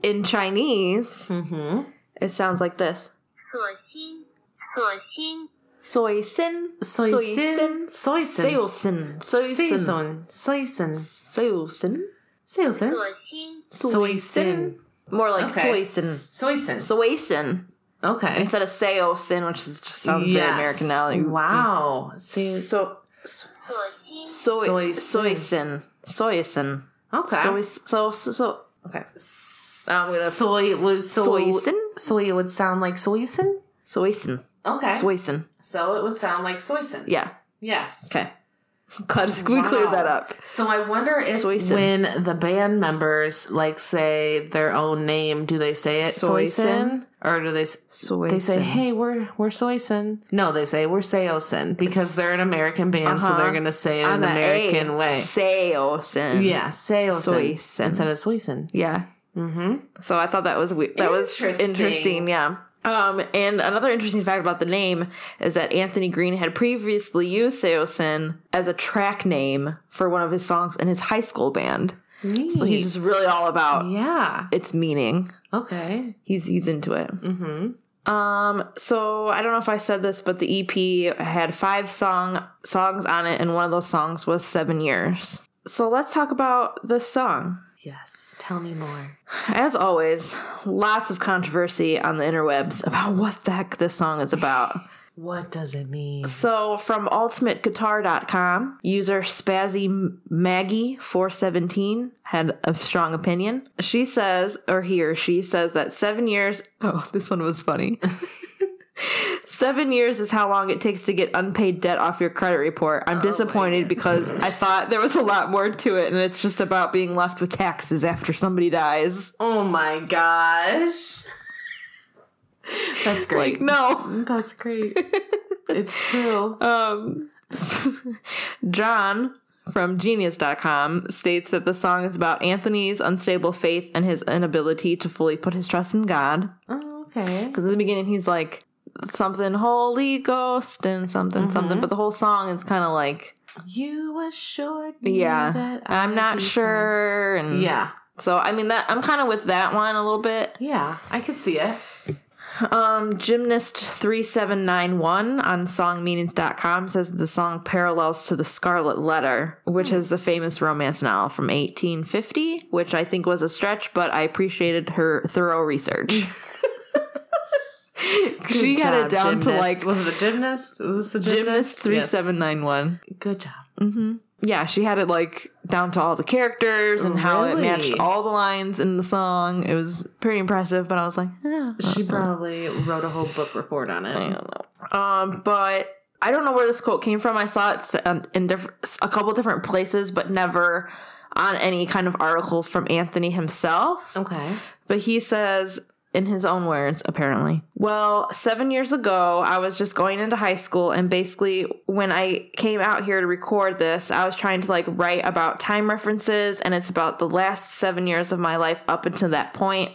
C: in Chinese,
B: Mm-hmm.
C: it sounds like this:
D: 所心，所心，
C: soy sin,
B: Soy sin. Soy sin.
C: seo sin, soy sin,
B: Soy sin. Soy sin.
C: seo sin,
B: Soy sin.
D: 所心，
B: Soy sin.
C: More like
B: Okay.
C: soy sin,
B: Soy sin.
C: soy sin
B: Okay.
C: instead of seo sin, which is, just sounds very
B: Yes.
C: American now. Like,
B: Wow. See,
C: So
D: 所心，
C: soy
B: Soy
C: soy sin, soy sin,
B: okay.
C: soy so so so. Okay, I'm gonna
B: soy would soy
C: Soysin?
B: soy would sound like soysin.
C: soy sin,
B: Okay.
C: soy sin.
B: so it would sound like soysin.
C: Yeah.
B: Yes.
C: Okay. Glad we cleared that up.
B: So I wonder if
C: Soyson.
B: when the band members like say their own name, do they say it
C: Soyson?
B: Soyson? Or do they s-
C: Soyson.
B: they say, "Hey, we're we're Soyson"? No, they say we're Seosin because they're an American band, so
C: Uh-huh.
B: they're gonna say it
C: on
B: an
C: the
B: American
C: A,
B: way.
C: Seosin.
B: Yeah, Seosin
C: Soyson.
B: instead of Soyson.
C: Yeah.
B: Mm-hmm.
C: So I thought that was weird. That was
B: Interesting.
C: interesting. Yeah. Um, and another interesting fact about the name is that Anthony Green had previously used Seosin as a track name for one of his songs in his high school band. So he's just really all about
B: yeah.
C: its meaning.
B: Okay.
C: He's he's into it.
B: Mm-hmm.
C: Um, so I don't know if I said this, but the EP had five song songs on it, and one of those songs was Seven Years. So let's talk about this song.
B: Yes. Tell me more.
C: As always, lots of controversy on the interwebs about what the heck this song is about.
B: What does it mean?
C: So, from ultimateguitar.com, user Spazzy Maggie417 had a strong opinion. She says, or he or she says, that seven years. Oh, this one was funny. seven years is how long it takes to get unpaid debt off your credit report. I'm disappointed because I thought there was a lot more to it, and it's just about being left with taxes after somebody dies.
B: Oh my gosh. That's great.
C: Like, no.
B: That's great. it's true.
C: Um, John from genius.com states that the song is about Anthony's unstable faith and his inability to fully put his trust in God.
B: Oh, okay.
C: Because in the beginning, he's like something Holy Ghost and something,
B: Mm-hmm.
C: something, but the whole song is kind of like,
B: You assured me
C: yeah,
B: that
C: I'm
B: I'd
C: not
B: be
C: sure.
B: fine.
C: And
B: Yeah.
C: So, I mean, that I'm kind of with that one a little bit.
B: Yeah. I could see it.
C: Um, Gymnast3791 on songmeanings.com says the song parallels to The Scarlet Letter,
B: Hmm.
C: which is the famous romance novel from 1850, which I think was a stretch, but I appreciated her thorough research. she
B: Good
C: had it
B: job,
C: down to
B: gymnast.
C: like
B: Was it the gymnast? Was this the gymnast?
C: Gymnast3791.
B: Yes. Good job.
C: hmm Yeah, she had it like down to all the characters and how it matched
B: Really?
C: all the lines in the song. It was pretty impressive, but I was like, eh,
B: She probably wrote a whole book report on
C: I
B: it.
C: don't know. Um, but I don't know where this quote came from. I saw it um, in diff- a couple different places, but never on any kind of article from Anthony himself.
B: Okay.
C: But he says, in his own words, apparently, well, seven years ago, I was just going into high school, and basically, when I came out here to record this, I was trying to like write about time references, and it's about the last seven years of my life up until that point,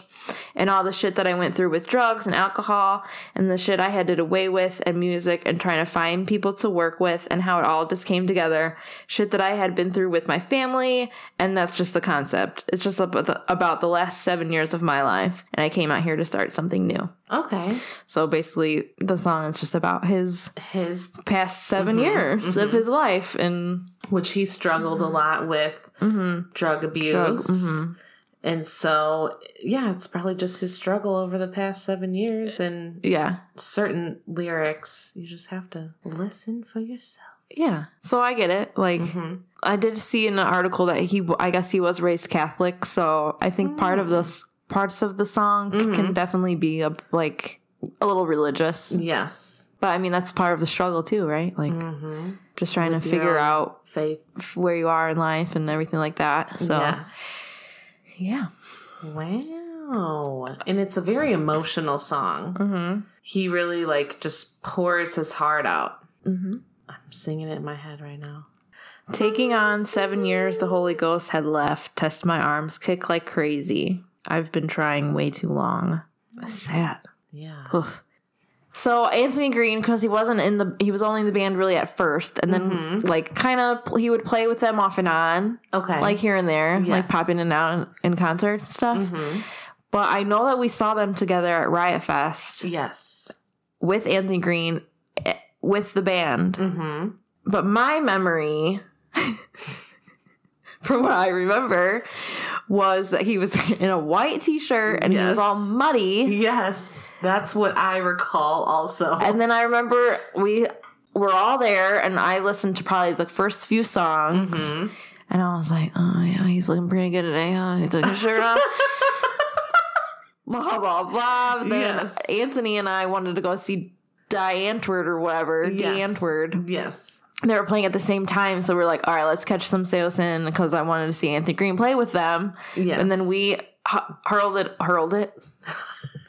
C: and all the shit that I went through with drugs and alcohol, and the shit I had to away with, and music, and trying to find people to work with, and how it all just came together. Shit that I had been through with my family, and that's just the concept. It's just about the, about the last seven years of my life, and I came out here to start something new.
B: Okay.
C: So basically, the song is just about his
B: His,
C: past 7
B: Mm-hmm.
C: years of his life and
B: which he struggled
C: Mm-hmm.
B: a lot with drug abuse.
C: mhm.
B: And so, yeah, it's probably just his struggle over the past seven years and
C: yeah,
B: certain lyrics you just have to listen for yourself
C: yeah. So I get it. Like
B: Mm-hmm.
C: I did see in an article that he, I guess he was raised Catholic. So I think part of this parts of the song
B: Mm-hmm.
C: can definitely be a, like a little religious.
B: yes
C: But I mean, that's part of the struggle too, right? Like
B: mm-hmm.
C: just trying to
B: your
C: figure
B: own-
C: out
B: faith
C: where you are in life and everything like that. So
B: yes
C: yeah.
B: wow and it's a very emotional song
C: Mm-hmm.
B: he really like just pours his heart out
C: Mhm.
B: i'm singing it in my head right now
C: Taking on seven years, the Holy Ghost had left. Test my arms, kick like crazy. I've been trying way too long. Sad.
B: yeah
C: Oof. So Anthony Green, because he wasn't in the, he was only in the band really at first, and then like kind of he would play with them off and on,
B: okay
C: like here and there, like
B: Yes.
C: popping in and out in, in concerts and stuff.
B: Mhm.
C: But I know that we saw them together at Riot Fest
B: yes
C: with Anthony Green, eh, with the band.
B: mm-hmm.
C: But my memory, from what I remember, was that he was in a white t shirt and he was
B: Yes.
C: all muddy.
B: yes that's what i recall also
C: And then I remember we were all there and I listened to probably the first few songs
B: Mhm.
C: and I was like, oh yeah, he's looking pretty good today. Huh? He took his shirt off. blah, blah, blah. But Then
B: Yes.
C: Anthony and I wanted to go see Diantward or whatever.
B: Yes.
C: Diantward.
B: yes
C: they were playing at the same time, so we're like, all right, let's catch some Seosin because I wanted to see Anthony Green play with them.
B: Yes.
C: And then we hu- hurled it, hurled it.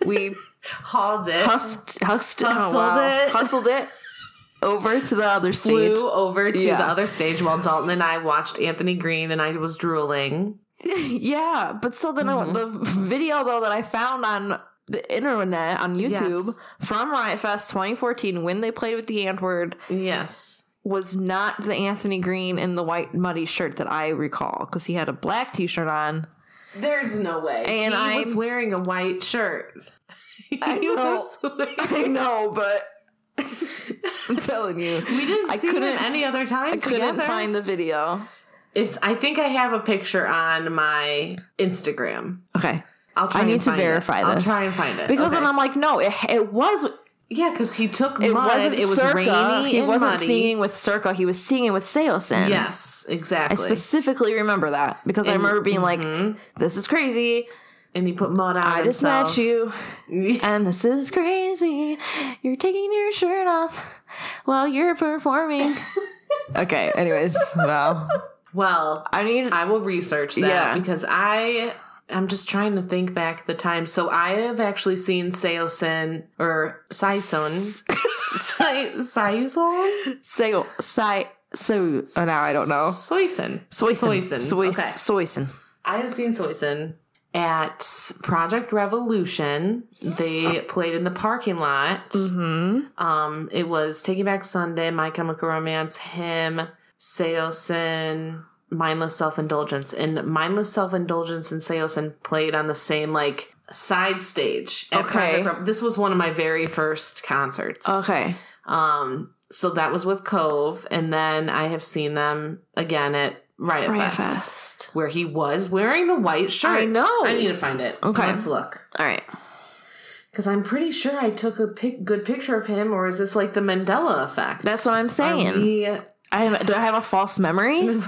C: We
B: hauled it,
C: hust, hust, oh,
B: Hustled
C: wow.
B: it.
C: hustled it over to the other stage.
B: flew over to
C: Yeah.
B: the other stage while Dalton and I watched Anthony Green and I was drooling.
C: yeah, but so then I
B: Mm-hmm.
C: went the video though that I found on the internet on YouTube
B: Yes.
C: from Riot Fest 2014 when they played with the Antword
B: Yes.
C: was not the Anthony Green in the white muddy shirt that I recall because he had a black T-shirt on.
B: There's no way.
C: And
B: he
C: I'm-
B: was wearing a white shirt.
C: I
B: He
C: know.
B: was
C: I
B: wearing-
C: know, but I'm telling you,
B: we didn't
C: I
B: see him
C: couldn't-
B: any other time.
C: I couldn't
B: together.
C: find the video.
B: It's. I think I have a picture on my Instagram.
C: Okay,
B: I'll try.
C: I need
B: and
C: to
B: find it.
C: verify
B: I'll
C: this.
B: try and find it
C: because
B: Okay.
C: then I'm like, no, it it was
B: yeah, because he took
C: it
B: mud.
C: wasn't
B: it was
C: Circa.
B: rainy.
C: He
B: and
C: wasn't
B: muddy.
C: singing with Circa. He was singing with Seosin.
B: Yes,
C: I
B: exactly.
C: specifically remember that because I
B: And-
C: remember being like,
B: Mhm.
C: "This is crazy.
B: and he put mud on.
C: I just
B: himself.
C: met you, and this is crazy. You're taking your shirt off while you're performing." okay. Anyways, wow.
B: Well,
C: I need.
B: I will research that
C: Yeah.
B: because I I'm just trying to think back the time. So I have actually seen Seosin or Saison. Saison?
C: Say, say, so oh, now I don't know.
B: Soyson.
C: Soyson. Soyson.
B: Okay.
C: Soyson.
B: I have seen Soyson at Project Revolution.
C: Oh.
B: They played in the parking lot.
C: Mm-hmm.
B: Um, it was Taking Back Sunday, My Chemical Romance, him, Seosin, Mindless Self Indulgence. And Mindless Self Indulgence and Seosin played on the same, like, side stage. At
C: Okay.
B: Project Rev- this was one of my very first concerts.
C: Okay.
B: Um, so that was with Cove. And then I have seen them again at Riot,
C: Riot
B: Fest,
C: Fest.
B: where he was wearing the white shirt.
C: I know.
B: I need to find it.
C: Okay.
B: Let's look.
C: All right.
B: Because I'm pretty sure I took a pic- good picture of him, or is this like the Mandela effect?
C: That's what I'm saying.
B: Are we,
C: I have, do I have a false memory?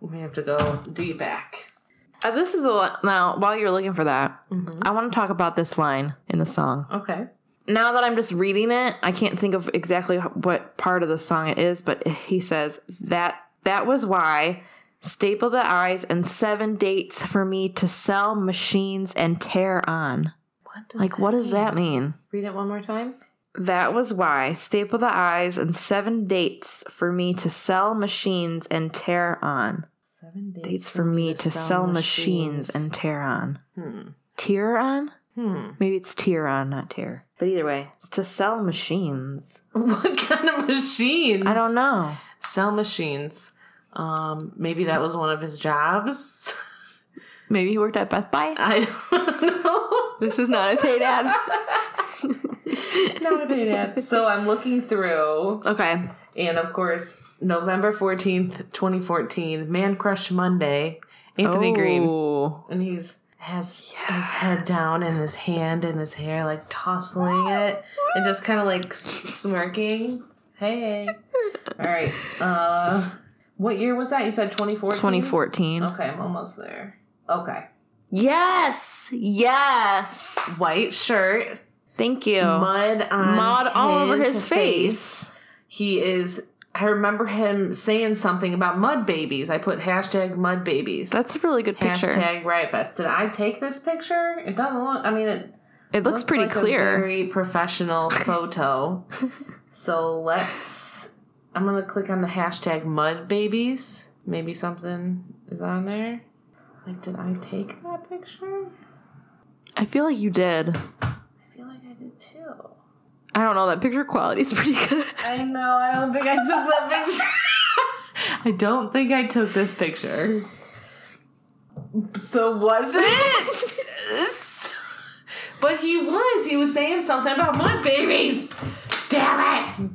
B: we have to go deep back.
C: Uh, this is the li- now. While you're looking for that, I want to talk about this line in the song.
B: Okay.
C: Now that I'm just reading it, I can't think of exactly h- what part of the song it is, but he says that that was why staple the eyes and seven dates for me to sell machines and tear on.
B: What does
C: Like, what does that mean?
B: Read it one more time.
C: That was why staple the eyes and seven dates for me to sell machines and tear on.
B: Seven dates,
C: dates for me to sell machines and tear on.
B: Hmm.
C: Tear on?
B: Hmm.
C: Maybe it's tear on, not tear. But either way, it's to sell machines.
B: What kind of machines?
C: I don't know.
B: Sell machines. Um, maybe that was one of his jobs.
C: Maybe he worked at Best Buy.
B: I don't know.
C: This is not a paid ad.
B: Not a paid ad. So I'm looking through.
C: okay.
B: And of course, November 14th, 2014, Man Crush Monday, Anthony Green.
C: Oh.
B: And he's has his head down and his hand and his hair like tousling it and just kind of like s- smirking. Hey. All right. Uh what year was that? You said 2014?
C: 2014.
B: Okay, I'm almost there. Okay.
C: Yes. Yes.
B: White shirt,
C: Thank you.
B: mud on
C: Mud all over his face.
B: He is I remember him saying something about mud babies. I put hashtag mud babies.
C: That's a really good picture.
B: Hashtag Riot Fest. Did I take this picture? It doesn't look. I mean, it
C: It looks pretty
B: like a
C: clear.
B: very professional photo. so let's. I'm gonna click on the hashtag Mud Babies. Maybe something is on there. Like, did I take that picture?
C: I feel like you did.
B: I feel like I did too.
C: I don't know. That picture quality is pretty good.
B: I know. I don't think I took that picture. I don't think I took this picture. So was it? but he was. He was saying something about mud babies. Damn it! I'm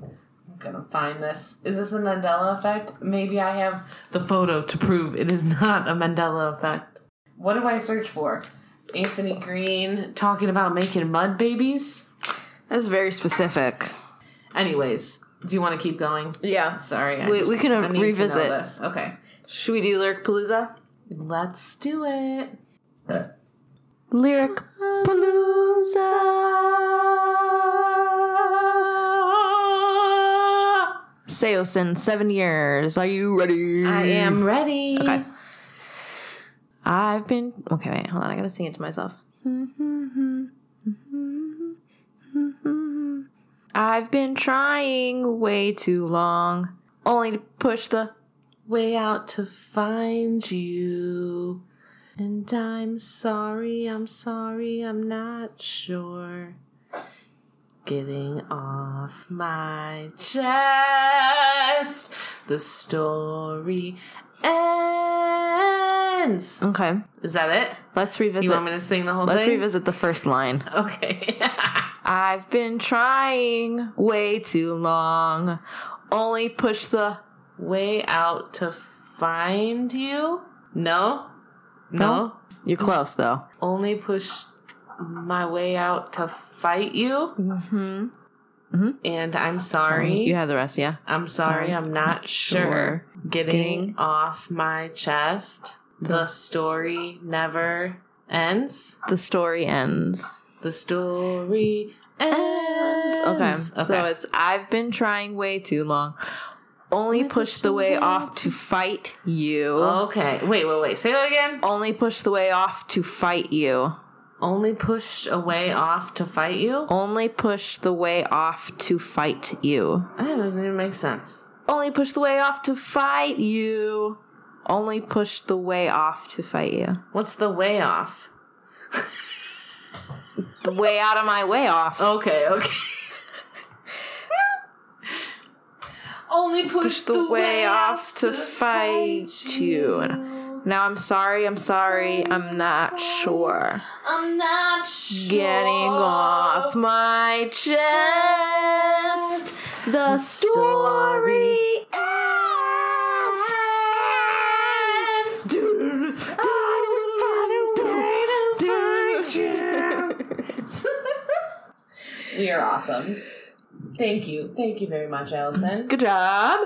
B: gonna find this. Is this a Mandela effect? Maybe I have the photo to prove it is not a Mandela effect. What do I search for? Anthony Green talking about making mud babies.
C: That's very specific.
B: Anyways, do you want to keep going?
C: Yeah.
B: Sorry, I
C: We- we can uh,
B: I need to know
C: revisit.
B: this. Okay,
C: Should we do Lyric Palooza?
B: let's do it.
C: Lyric Ah. Palooza. Seosin, seven years. Are you ready?
B: I am ready.
C: Okay. I've been okay. Wait, hold on. I gotta sing it to myself. I've been trying way too long, only to push the.
B: Way out to find you. And I'm sorry, I'm sorry, I'm not sure. Getting off my chest. The story ends.
C: Okay,
B: Is that it?
C: let's revisit.
B: You want me to sing the whole
C: let's
B: thing?
C: revisit the first line.
B: Okay.
C: I've been trying way too long, only push the.
B: Way out to find you? No? No?
C: You're close though.
B: Only push my way out to fight you?
C: Mm-hmm.
B: And I'm sorry.
C: Um, You had the rest, yeah.
B: I'm sorry,
C: Sorry.
B: I'm not sure. Getting,
C: Getting-
B: off my chest. The story never ends.
C: The story ends.
B: The story ends.
C: Okay. So it's I've been trying way too long. Only push the way off to fight you.
B: okay. Wait, wait, wait. Say that again.
C: Only push the way off to fight you.
B: Only pushed away off to fight you?
C: Only push the way off to fight you.
B: That doesn't even make sense.
C: Only push the way off to fight you. Only push the way off to fight you.
B: What's the way off?
C: The way out of my way off.
B: Okay, okay. Only push,
C: the way off to fight you. Now I'm sorry, I'm sorry, I'm not sure.
B: I'm not sure.
C: Getting off my chest. The story ends. Dude, I will find a way to find you.
B: We are awesome. Thank you. Thank you very much, Allison.
C: Good job.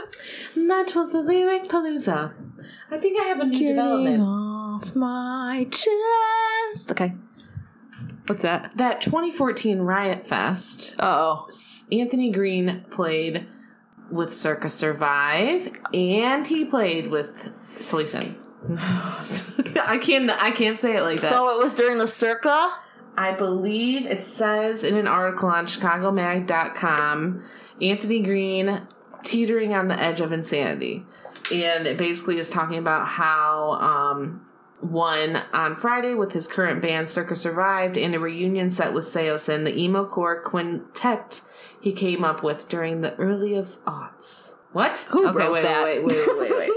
B: And that was the Lyric Palooza. I think I have a new development.
C: off my chest. Okay. What's that?
B: That 2014 Riot Fest,
C: Oh,
B: Anthony Green played with Circus Survive, and he played with Soyson. I can I can't say it like that.
C: so it was during the circa.
B: I believe it says in an article on ChicagoMag.com Anthony Green teetering on the edge of insanity. And it basically is talking about how um, one on Friday with his current band Circus Survived and a reunion set with Seosin, the emo core quintet he came up with during the early of aughts. What?
C: Who
B: okay,
C: wrote
B: wait,
C: that?
B: wait, wait, wait, wait, wait.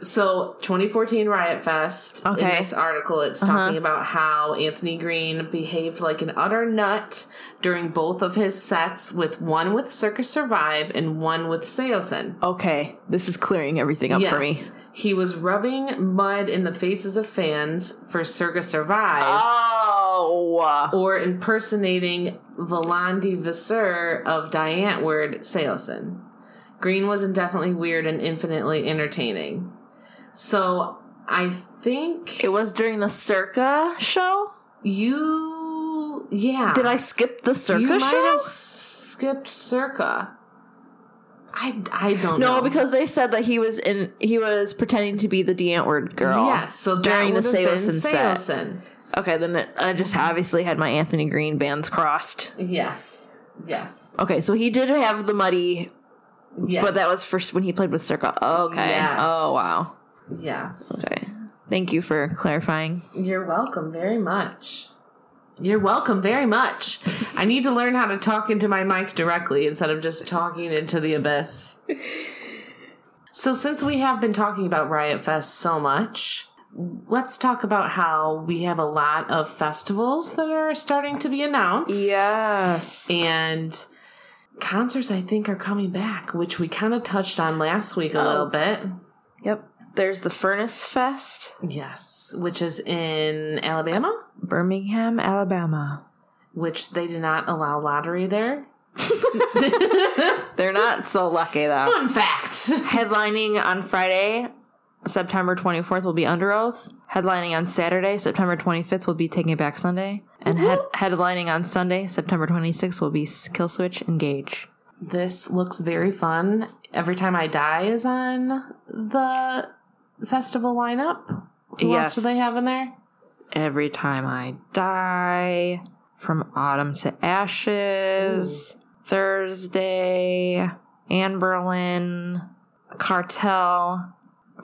B: So, 2014 Riot Fest. In
C: Okay.
B: this article, it's
C: Uh-huh.
B: talking about how Anthony Green behaved like an utter nut during both of his sets, with one with Circus Survive and one with Seosin.
C: Okay, this is clearing everything up for me.
B: He was rubbing mud in the faces of fans for Circus Survive.
C: Ah. Oh,
B: Or impersonating Volandi Visser of Diant Word Seosin. Green was indefinitely weird and infinitely entertaining. So I think
C: it was during the circa show.
B: You, yeah.
C: Did I skip the circa
B: you might
C: show?
B: have skipped Circa. I, I don't know.
C: no, because they said that he was in. He was pretending to be the D'Antwoord girl.
B: Yes, so that
C: during the
B: would have been
C: Seosin set.
B: Seosin.
C: Okay, then it, I just obviously had my Anthony Green bands crossed.
B: Yes, yes,
C: Okay, so he did have the muddy,
B: yes.
C: but that was first when he played with circa. Okay.
B: Yes.
C: Oh wow.
B: yes.
C: Okay. Thank you for clarifying.
B: You're welcome very much. You're welcome very much. I need to learn how to talk into my mic directly instead of just talking into the abyss. So, since we have been talking about Riot Fest so much, let's talk about how we have a lot of festivals that are starting to be announced.
C: Yes.
B: And concerts, I think, are coming back, which we kind of touched on last week a
C: Oh.
B: little bit.
C: Yep. There's the Furnace Fest,
B: Yes, which is in Alabama.
C: Birmingham, Alabama.
B: which they do not allow lottery there.
C: They're not so lucky though.
B: Fun fact.
C: Headlining on Friday, September 24th will be Under Oath. Headlining on Saturday, September 25th will be Taking It Back Sunday, and head- headlining on Sunday, September 26th will be Kill Switch Engage.
B: This looks very fun Every Time I Die is on the festival lineup. Who
C: Yes.
B: else do they have in there?
C: Every Time I Die, From Autumn to Ashes, Thursday, Anne Berlin, Cartel,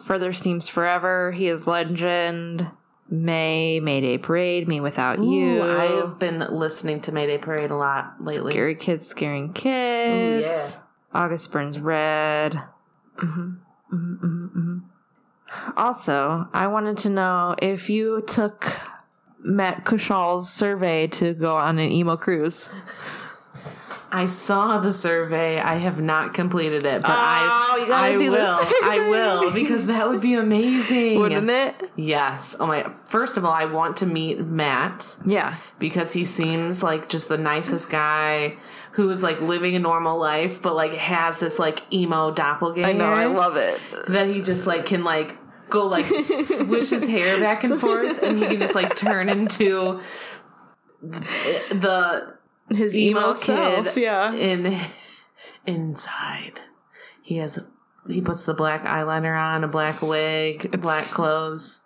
C: Further Seems Forever, He is Legend, May, Mayday Parade, Me Without You.
B: Ooh, I have been listening to Mayday Parade a lot lately.
C: Scary Kids Scaring Kids.
B: yeah.
C: August Burns Red. Mhm, mhm, mhm, mhm. Also, I wanted to know if you took Matt Cushal's survey to go on an emo cruise.
B: I saw the survey. I have not completed it, but
C: Oh,
B: I
C: you gotta
B: I
C: do the
B: will.
C: survey.
B: I will because that would be amazing.
C: Wouldn't it?
B: Yes. Oh my first of all, I want to meet Matt
C: Yeah.
B: because he seems like just the nicest guy who is like living a normal life but like has this like emo doppelganger.
C: I know, I love it.
B: that he just like can like go like swish his hair back and forth and he can just like turn into the
C: His
B: Emo
C: emo,
B: kid.
C: kid. yeah.
B: in inside. He has he puts the black eyeliner on, a black wig, black clothes.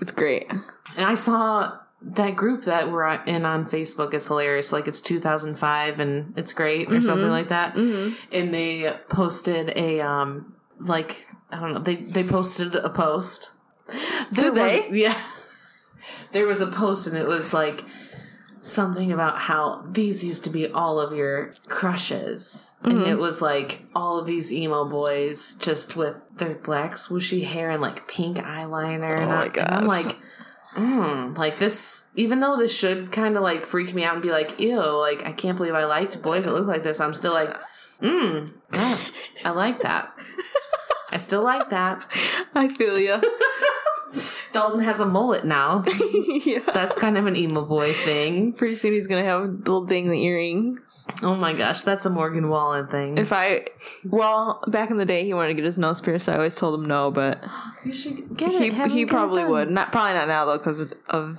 C: It's great.
B: And I saw that group that we're on- in on Facebook is hilarious. Like it's 2005 and it's great or something like that.
C: Mm-hmm.
B: And they posted a um like I don't know they they posted a post. There
C: Did they?
B: Was, yeah. there was a post and it was like something about how these used to be all of your crushes. And it was like all of these emo boys just with their black swooshy hair and like pink eyeliner. and
C: Oh my
B: I- and I'm
C: gosh.
B: like, mm, like this, even though this should kind of like freak me out and be like, ew, like I can't believe I liked boys that look like this. I'm still like, mm, yeah, I like that. I still like that.
C: I feel you.
B: Dalton has a mullet now.
C: yeah.
B: That's kind of an emo boy thing.
C: Pretty soon he's gonna have a little dangly earrings.
B: Oh my gosh, that's a Morgan Wallen thing.
C: If I, well, back in the day, he wanted to get his nose pierced. I always told him no, but
B: you should get
C: he
B: it. have
C: he
B: him get it
C: probably
B: done.
C: would. Not probably not now though, because of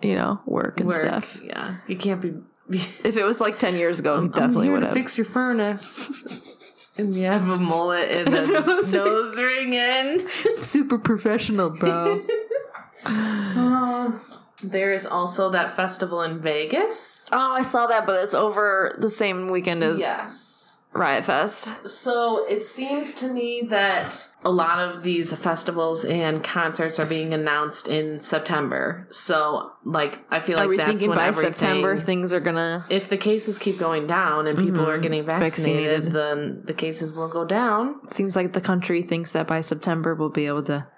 C: you know work and
B: Work.
C: stuff.
B: Yeah, you can't be.
C: If it was like ten years ago, he definitely
B: I'm here
C: would
B: to
C: have.
B: fix your furnace. and you have a mullet and a
C: Nose
B: nose, ring in.
C: Super professional, bro.
B: Oh, there is also that festival in Vegas.
C: oh, I saw that, but it's over the same weekend as
B: Yes.
C: Riot Fest.
B: So it seems to me that a lot of these festivals and concerts are being announced in September. So, like, I feel like
C: Are we
B: that's
C: thinking
B: when
C: by
B: everything-
C: September things are gonna?
B: if the cases keep going down and people are getting vaccinated,
C: Mm-hmm. Vaccinated.
B: then the cases will go down.
C: Seems like the country thinks that by September we'll be able to.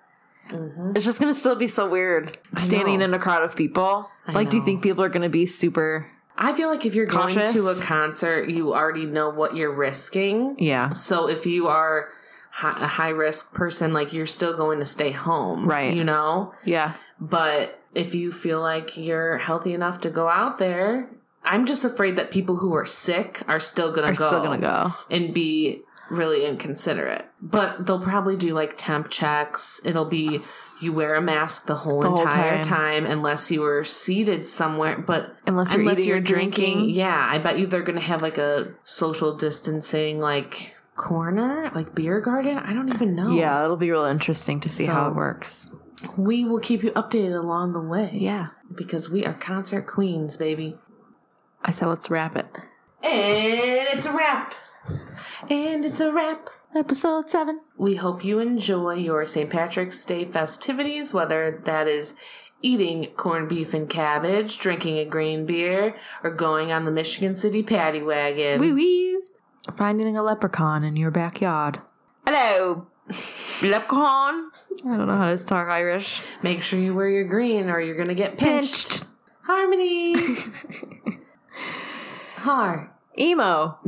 C: It's just gonna still be so weird standing
B: know.
C: in a crowd of people. like, do you
B: know.
C: think people are gonna be super?
B: I feel like if you're
C: Cautious.
B: going to a concert, you already know what you're risking.
C: Yeah,
B: So if you are hi- a high risk person, like you're still going to stay home,
C: Right.
B: You know,
C: yeah.
B: but if you feel like you're healthy enough to go out there, I'm just afraid that people who are sick are still gonna
C: Are
B: go
C: still gonna go.
B: and be really inconsiderate. But they'll probably do like temp checks. It'll be you wear a mask the whole
C: The whole
B: entire
C: time.
B: time. unless you were seated somewhere. But
C: Unless you're eating or drinking.
B: yeah, I bet you they're gonna have like a social distancing like corner, like beer garden. I don't even know.
C: Yeah, it'll be real interesting to see how
B: So-
C: it works.
B: we will keep you updated along the way.
C: Yeah.
B: because we are concert queens, baby.
C: I said let's wrap it.
B: And it's a wrap. And it's a wrap.
C: Episode seven.
B: We hope you enjoy your St. Patrick's Day festivities, whether that is eating corned beef and cabbage, drinking a green beer, or going on the Michigan City paddy wagon.
C: Wee wee. Finding a leprechaun in your backyard. Hello. leprechaun. I don't know how to talk Irish.
B: Make sure you wear your green or you're going to get pinched. Harmony. Harmony
C: Emo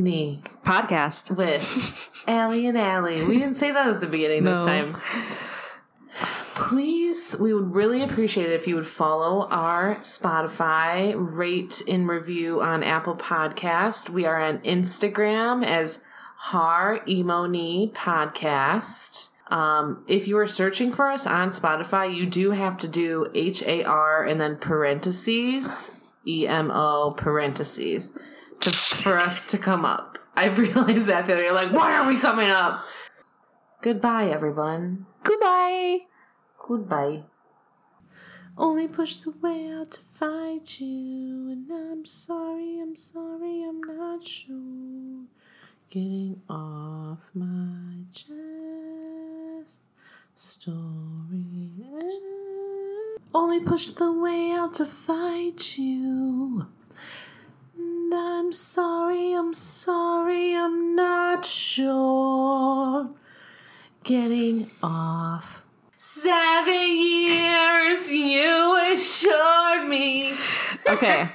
C: podcast.
B: with Allie and Allie. We didn't say that at the beginning this
C: No.
B: time. Please, we would really appreciate it if you would follow our Spotify, rate and review on Apple Podcast. We are on Instagram as Har Emoni Podcast. Um, if you are searching for us on Spotify, you do have to do H A R and then parentheses E M O parentheses to, for us to come up. I realized that the other day. Like, why are we coming up? Goodbye, everyone.
C: Goodbye.
B: Goodbye. Only push the way out to fight you, and I'm sorry, I'm sorry, I'm not sure. Getting off my chest. Story. ends. Only push the way out to fight you. And I'm sorry, I'm sorry, I'm not sure. Getting off. Seven years you assured me.
C: Okay.